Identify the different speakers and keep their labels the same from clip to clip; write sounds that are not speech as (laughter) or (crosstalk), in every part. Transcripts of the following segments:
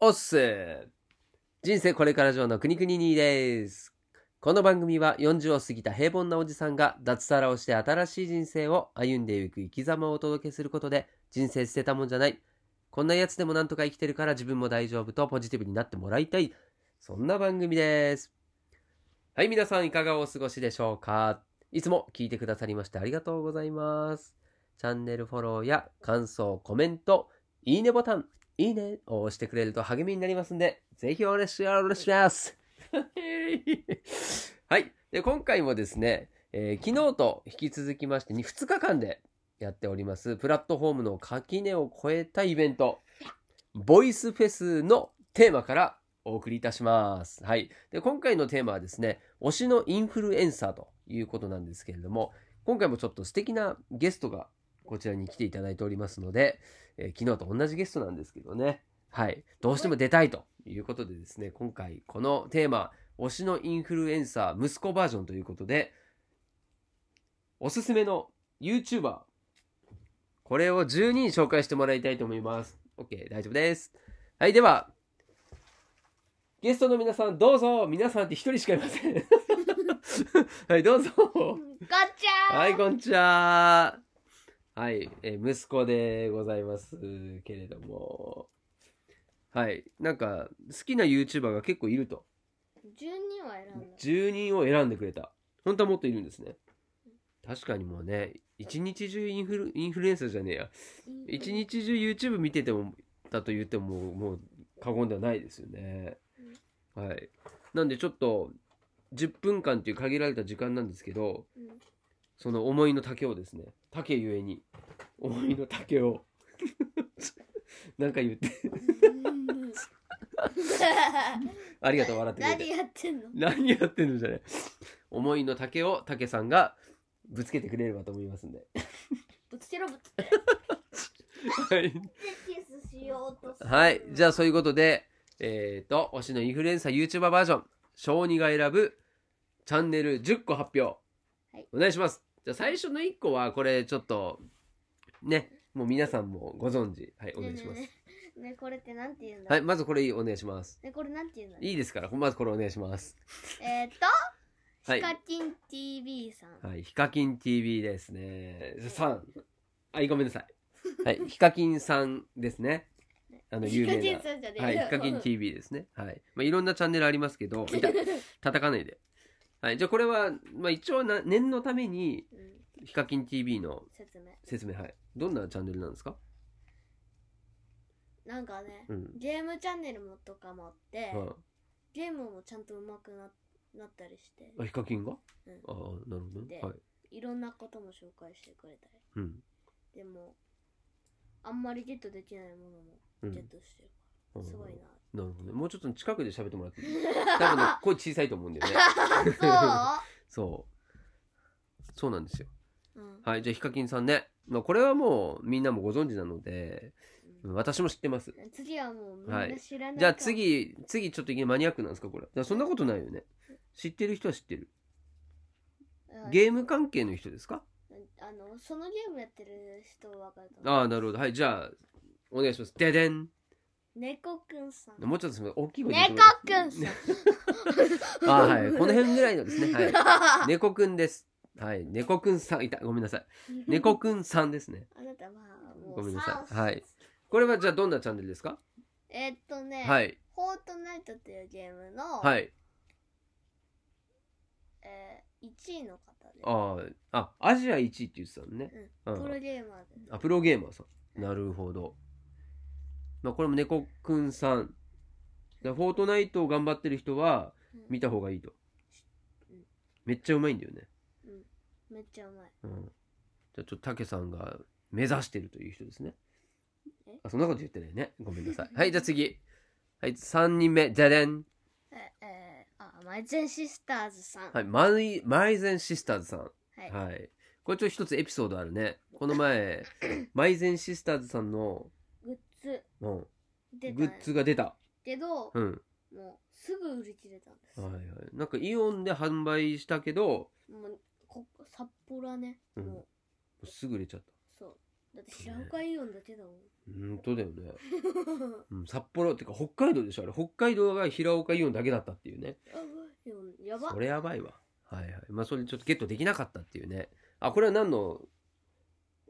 Speaker 1: おっす人生これから上のくにくににですこの番組は40を過ぎた平凡なおじさんが脱サラをして新しい人生を歩んでいく生き様をお届けすることで人生捨てたもんじゃないこんなやつでもなんとか生きてるから自分も大丈夫とポジティブになってもらいたいそんな番組ですはい皆さんいかがお過ごしでしょうかいつも聞いてくださりましてありがとうございますチャンネルフォローや感想コメントいいねボタンいいねを押してくれると励みになりますんで、ぜひお願いしますはい。で、今回もですね、えー昨日と引き続きましてに2日間でやっております、プラットフォームの垣根を超えたイベント、ボイスフェスのテーマからお送りいたします。はい。で、今回のテーマはですね、推しのインフルエンサーということなんですけれども、今回もちょっと素敵なゲストがこちらに来ていただいておりますので、えー昨日と同じゲストなんですけどね、はい、どうしても出たいということでですね、今回このテーマ、推しのインフルエンサー息子バージョンということで、おすすめの YouTuber、これを10人紹介してもらいたいと思います。OK、大丈夫です。はい、では、ゲストの皆さんどうぞ皆さんって一人しかいません。 (laughs) はい、どうぞ。
Speaker 2: ガチャー
Speaker 1: はい、こんにちは。はい、えー息子でございますけれども。はい、なんか、好きな YouTuber が結構いると。
Speaker 2: !12 は選んだ。
Speaker 1: 10人を選んでくれた。本当はもっといるんですね。確かにもうね、一日中インフル、インフルエンサーじゃねえや。一日中 YouTube 見てても、だと言っても、もう過言ではないですよね。はい。なんでちょっと、10分間っていう限られた時間なんですけど、
Speaker 2: うん。うん
Speaker 1: その思いの丈をですね丈ゆえに思いの丈を (laughs) なんか言ってありがとう笑ってくれ
Speaker 2: 何
Speaker 1: て
Speaker 2: やってんの
Speaker 1: 何やってんのじゃない思いの丈を丈さんがぶつけてくれればと思いますんで
Speaker 2: ぶつけろぶつけろ。
Speaker 1: はい、
Speaker 2: キスしようと
Speaker 1: はい、じ
Speaker 2: ゃ
Speaker 1: ゃあそういうことでえっ、と推しのインフルエンサー YouTuber バージョン小児が選ぶチャンネル10個発表、
Speaker 2: い
Speaker 1: お願いしますじゃあ最初の1個はこれちょっとねもう皆さんもご存知はいお願いします、
Speaker 2: ねえねえねえこれってなんて言うんだ
Speaker 1: はい、まずこれお願いします。
Speaker 2: ねこれなんて言うんだ
Speaker 1: いいですから、まずこれお願いします。
Speaker 2: えーっと、
Speaker 1: はい
Speaker 2: ヒカキン TV さん。
Speaker 1: はい、ヒカキン TV ですね。さん。あ、ごめんなさい。はい、ヒカキンさんですね。あの、有名
Speaker 2: ヒカキ
Speaker 1: な
Speaker 2: ン。さんじゃねえ
Speaker 1: はい、ヒカキン TV ですね。はい。まあ、いろんなチャンネルありますけど、いた叩かないで。はい、じゃあこれは、まあ、一応な念のために、
Speaker 2: うん
Speaker 1: ヒカキン TV の
Speaker 2: 説明。
Speaker 1: 説明、はい。どんなチャンネルなんですか
Speaker 2: なんかね、
Speaker 1: うん。
Speaker 2: ゲームチャンネルもとかもあって、
Speaker 1: は
Speaker 2: ゲームもちゃんと上手くななったりして、
Speaker 1: い、あヒカキンが
Speaker 2: うん
Speaker 1: ああ、なるほどね。
Speaker 2: で
Speaker 1: はい。
Speaker 2: いろんなことも紹介してくれたり。
Speaker 1: うん。
Speaker 2: でも、あんまりゲットできないものも
Speaker 1: うん
Speaker 2: ゲットしてるから、すごいな。
Speaker 1: なるほどね。もうちょっと近くで喋ってもらっていい多分ね、声小さいと思うんだよね。そう。そうなんですよ。
Speaker 2: (laughs) そう、うん
Speaker 1: はい、じゃあ、ヒカキンさんね。まあ、これはもうみんなもご存知なので、う
Speaker 2: う
Speaker 1: んん私も知ってます。
Speaker 2: 次はもうみん
Speaker 1: は
Speaker 2: ない知らない、
Speaker 1: じゃあ、。次、次ちょっといきなりマニアックなんですか、これ。だからそんなことないよね。知ってる人は知ってる。
Speaker 2: うん
Speaker 1: ゲーム関係の人ですか
Speaker 2: あの、そのゲームやってる人は分かると思う。
Speaker 1: ああ、なるほど。はい、じゃあ、お願いします。ででん。
Speaker 2: 猫くんさん。
Speaker 1: もうちょっとすみません。大きい声で言って
Speaker 2: 猫
Speaker 1: もらって
Speaker 2: くんさん。
Speaker 1: ああ、はい。この辺ぐらいのですね。はい。
Speaker 2: (laughs) は
Speaker 1: 猫くんです。はい。猫くんさん、いた。ごめんなさい。猫くんさんですね。
Speaker 2: (laughs) あなたはもう
Speaker 1: ごめんなさい
Speaker 2: さ
Speaker 1: はいこれはじゃあどんなチャンネルですか、
Speaker 2: えーっとね、
Speaker 1: はい
Speaker 2: フォートナイトっていうゲームの、
Speaker 1: はい
Speaker 2: えー、1位の方で、
Speaker 1: あーあアジア1位って言ってたのね、う
Speaker 2: プロ
Speaker 1: ん、
Speaker 2: ゲーマーで。
Speaker 1: あプロゲーマーさんなるほど、まあ、これも猫くんさんだからフォートナイトを頑張ってる人は
Speaker 2: うん
Speaker 1: 見た方がいいと
Speaker 2: うん
Speaker 1: めっちゃうまいんだよね、
Speaker 2: うんめっちゃうまい。
Speaker 1: うん、じゃあちょっとたけさんが目指してるという人ですね
Speaker 2: え
Speaker 1: あそんなこと言ってないねごめんな (laughs) さいはいじゃあ次はい3人目じゃでん
Speaker 2: ええー、あ、マイゼンシスターズさん。
Speaker 1: はいマイマイゼンシスターズさん
Speaker 2: はい。
Speaker 1: はい。これちょっと一つエピソードあるね。この
Speaker 2: (laughs)
Speaker 1: 前、マイゼンシスターズさんの、
Speaker 2: グッズ
Speaker 1: うん、
Speaker 2: 出た
Speaker 1: グッズが出た。
Speaker 2: けど、
Speaker 1: うん。
Speaker 2: もうすぐ売り切れたんです。
Speaker 1: はいはい。なんかイオンで販売したけど、
Speaker 2: もうこ札幌はね、
Speaker 1: うん
Speaker 2: も
Speaker 1: すぐ売れちゃっ
Speaker 2: うそうだって白岡イオンだけだもん。
Speaker 1: 本当だよね、うん、札幌ってか北海道でしょあれ北海道が平岡イオンだけだったっていうね
Speaker 2: やばいよ (laughs) やば
Speaker 1: それやばいわはいはいまあそれちょっとゲットできなかったっていうねあこれは何の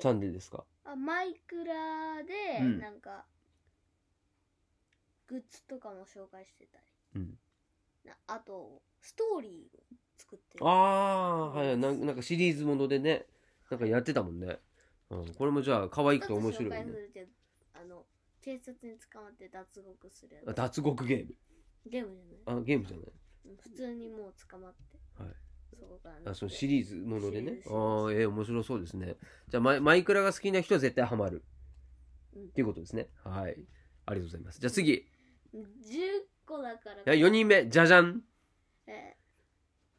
Speaker 1: チャンネルですか
Speaker 2: あマイクラで、
Speaker 1: うん
Speaker 2: なんかグッズとかも紹介してたり、
Speaker 1: うん
Speaker 2: なあとストーリーを作ってる
Speaker 1: ああはいはいなんなんかシリーズものでねなんかやってたもんね、うん、これもじゃあ可愛くて面白い
Speaker 2: 一つ紹介
Speaker 1: ね
Speaker 2: するけどあの警察に捕まって脱獄するやつ
Speaker 1: あ脱獄ゲーム
Speaker 2: ゲームじゃない
Speaker 1: あゲームじゃない
Speaker 2: うん普通にもう捕まって、
Speaker 1: はい
Speaker 2: そこから
Speaker 1: あそのシリーズものでね
Speaker 2: シリーズシリー
Speaker 1: あ
Speaker 2: ズ
Speaker 1: あええ面白そうですねじゃあマイマイクラが好きな人は絶対ハマる
Speaker 2: うん
Speaker 1: っていうことですねはいありがとうございますじゃあ次
Speaker 2: 10個だから
Speaker 1: 4人目じゃじゃん
Speaker 2: え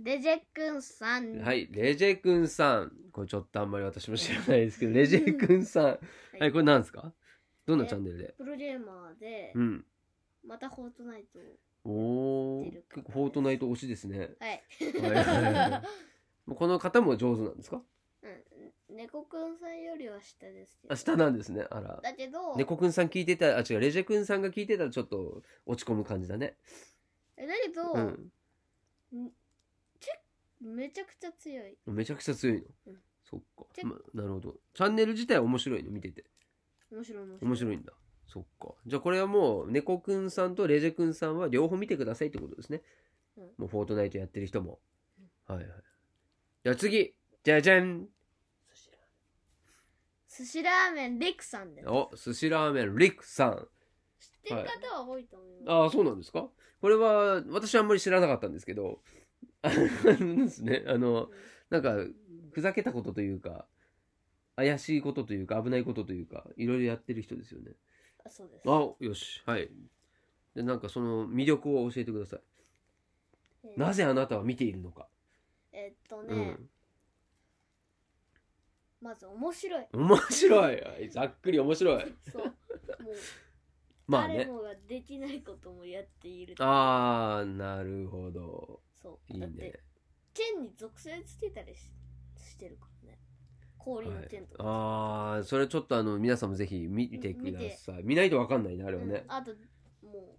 Speaker 2: ーデジェ君さん
Speaker 1: はいレジェ君さんこれちょっとあんまり私も知らないですけどレジェ君さんはい、これなんですかどんなチャンネルで
Speaker 2: プロゲーマーで、
Speaker 1: うん
Speaker 2: またフォートナイトを
Speaker 1: おお
Speaker 2: 出るか
Speaker 1: 結構フォートナイト推しですね
Speaker 2: はい
Speaker 1: はこの方も上手なんですか
Speaker 2: (laughs) うん、猫くんさんよりは下ですけど
Speaker 1: あ下なんですねあら
Speaker 2: だけど
Speaker 1: 猫くんさん聞いてたあ違うレジェ君さんが聞いてたらちょっと落ち込む感じだね
Speaker 2: えだけど、
Speaker 1: うん
Speaker 2: めちゃくちゃ強い
Speaker 1: めちゃくちゃ強いの、
Speaker 2: うん
Speaker 1: そっか、
Speaker 2: 結
Speaker 1: ま、なるほどチャンネル自体は面白いの見てて
Speaker 2: 面白い面白い
Speaker 1: 面白いんだそっかじゃあこれはもう猫くんさんとレジェくんさんは両方見てくださいってことですね、
Speaker 2: うん
Speaker 1: もうフォートナイトやってる人も、はいはいじゃあ次じゃじゃん
Speaker 2: 寿司ラーメンリクさんです
Speaker 1: お寿司ラーメンリクさん
Speaker 2: 知ってる方は多いと思います、
Speaker 1: ああそうなんですかこれは私はあんまり知らなかったんですけどあのですねあの
Speaker 2: うん
Speaker 1: なんかふざけたことというか怪しいことというか危ないことというかいろいろやってる人ですよね
Speaker 2: あそうです
Speaker 1: あよしはいでなんかその魅力を教えてください
Speaker 2: えー
Speaker 1: なぜあなたは見ているのか、
Speaker 2: えーっとね、まず面白い
Speaker 1: うん面白いはいざっくり面白い (laughs)
Speaker 2: そうもう
Speaker 1: まあ
Speaker 2: 誰
Speaker 1: ね
Speaker 2: もができないこともやっている
Speaker 1: ああなるほど
Speaker 2: そう
Speaker 1: いい
Speaker 2: だっ
Speaker 1: ね
Speaker 2: て剣に属性つけたりししてるからね氷の剣とか、
Speaker 1: ああそれちょっとあの皆さんもぜひ見てください見ないとわかんないねあれはね
Speaker 2: うん、あとも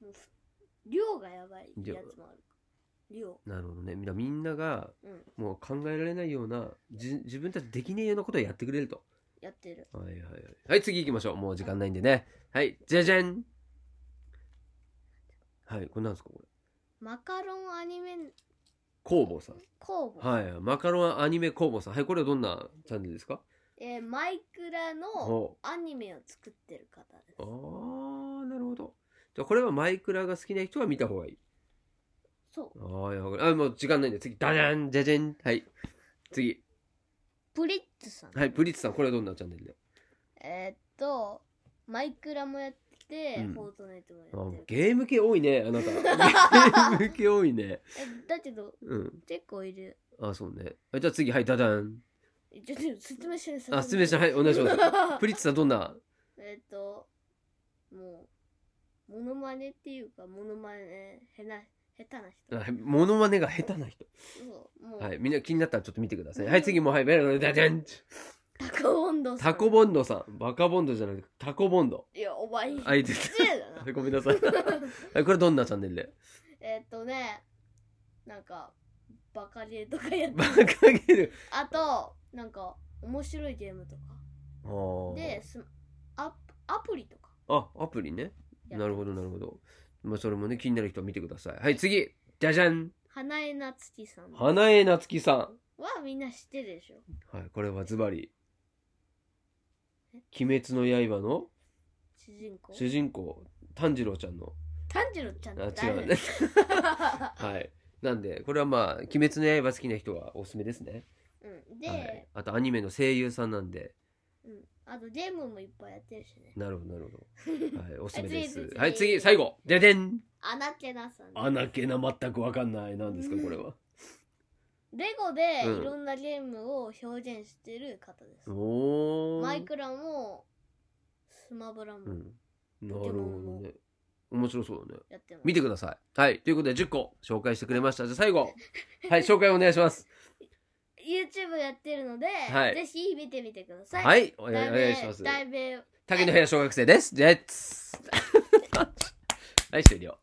Speaker 2: うもう量がやばいやつもある量
Speaker 1: なるほどねみんなみんなが
Speaker 2: うん
Speaker 1: もう考えられないようなじ自分たちできねえようなことをやってくれると
Speaker 2: やってる
Speaker 1: はいはいはいはい次行きましょうもう時間ないんでねはいじゃじゃんはいこれなんですかこれ
Speaker 2: マカロンアニメ
Speaker 1: 工房さん
Speaker 2: 工房、
Speaker 1: はい、マカロンアニメ工房さん。はい、これはどんなチャンネルですか
Speaker 2: えーマイクラの
Speaker 1: お
Speaker 2: アニメを作ってる方です
Speaker 1: あー、なるほど。じゃあ、これはマイクラが好きな人は見た方がいい。
Speaker 2: そう
Speaker 1: あー、いやわかるあ、もう時間ないんで、次、ダジャン、じゃじゃん。はい。次。
Speaker 2: プリッツさん、
Speaker 1: はい、プリッツさん、これはどんなチャンネルで
Speaker 2: えーっとマイクラもやって、
Speaker 1: うん
Speaker 2: フォートナイトもや
Speaker 1: あ
Speaker 2: ってる
Speaker 1: ゲーム系多いね、あなた。ゲーム系多いね。
Speaker 2: えだけど
Speaker 1: うん。
Speaker 2: 結構いる
Speaker 1: あ、そうね。あじゃあ次、はい、ダダン。
Speaker 2: えちょっと説明しない
Speaker 1: あ、すみません。はい、お願いします。プリッツさん、どんな
Speaker 2: (laughs) えっ、と、もう、モノマネっていうか、モノマネ、へな、下手な人。
Speaker 1: あ (laughs) モノマネが下手な人。
Speaker 2: そう、もう、
Speaker 1: はい、みんな気になったらちょっと見てください。はい、次も、はい、ベロダジャン。
Speaker 2: タコボンドさん
Speaker 1: タコボンドさん。バカボンドじゃなくて、タコボンド。
Speaker 2: いや、お前、
Speaker 1: あ、いいで
Speaker 2: 失
Speaker 1: す。
Speaker 2: 礼だな
Speaker 1: は。いごめんな
Speaker 2: (laughs)
Speaker 1: さい。はい、これどんなチャンネルで
Speaker 2: えっとね、なんか、バカゲーとかやって、
Speaker 1: バカゲル。
Speaker 2: あと、なんか、面白いゲームとか。
Speaker 1: あー
Speaker 2: で、スアアプリとか。
Speaker 1: あ、アプリね。
Speaker 2: や
Speaker 1: なるほど、なるほど。まあ、それもね、気になる人は見てください。はい、次。じゃじゃん。
Speaker 2: 花江夏樹さんは
Speaker 1: 花江夏樹さ
Speaker 2: みんな知ってるでしょ。
Speaker 1: ん。はい、これはズバリ。鬼滅の刃の
Speaker 2: 主人公。
Speaker 1: 主人公、炭治郎ちゃんの。
Speaker 2: 炭治郎ちゃん
Speaker 1: あ、
Speaker 2: って
Speaker 1: 違
Speaker 2: 誰
Speaker 1: うね。はい。なんで、これはまあ、鬼滅の刃好きな人はおすすめですね。 (laughs)
Speaker 2: うん、で、
Speaker 1: はい。あと、アニメの声優さんなんで。
Speaker 2: うん、あとゲームもいっぱいやってるしね。
Speaker 1: なるほど、なるほど。
Speaker 2: (laughs)
Speaker 1: はい、おすすめで
Speaker 2: 次
Speaker 1: す。
Speaker 2: 次
Speaker 1: はい、次、最後。ででん。
Speaker 2: アナケナさん。
Speaker 1: 穴けな全くわかんない。なんですか、これは。
Speaker 2: レゴで
Speaker 1: うん
Speaker 2: いろんなゲームを表現してる方です。
Speaker 1: おー。
Speaker 2: マイクラもスマブラ
Speaker 1: う
Speaker 2: も
Speaker 1: ん。なるほどね。面白そうだね。
Speaker 2: やってます。
Speaker 1: 見てください。はい。ということで、10個紹介してくれました。じゃあ最後。はい、紹介お願いします。
Speaker 2: い YouTube やってるので、
Speaker 1: はい
Speaker 2: ぜひ見てみてください。。
Speaker 1: はいい、お願いお願いします。
Speaker 2: 題名、 (laughs)
Speaker 1: 竹の部屋小学生です。レッツはい、終了。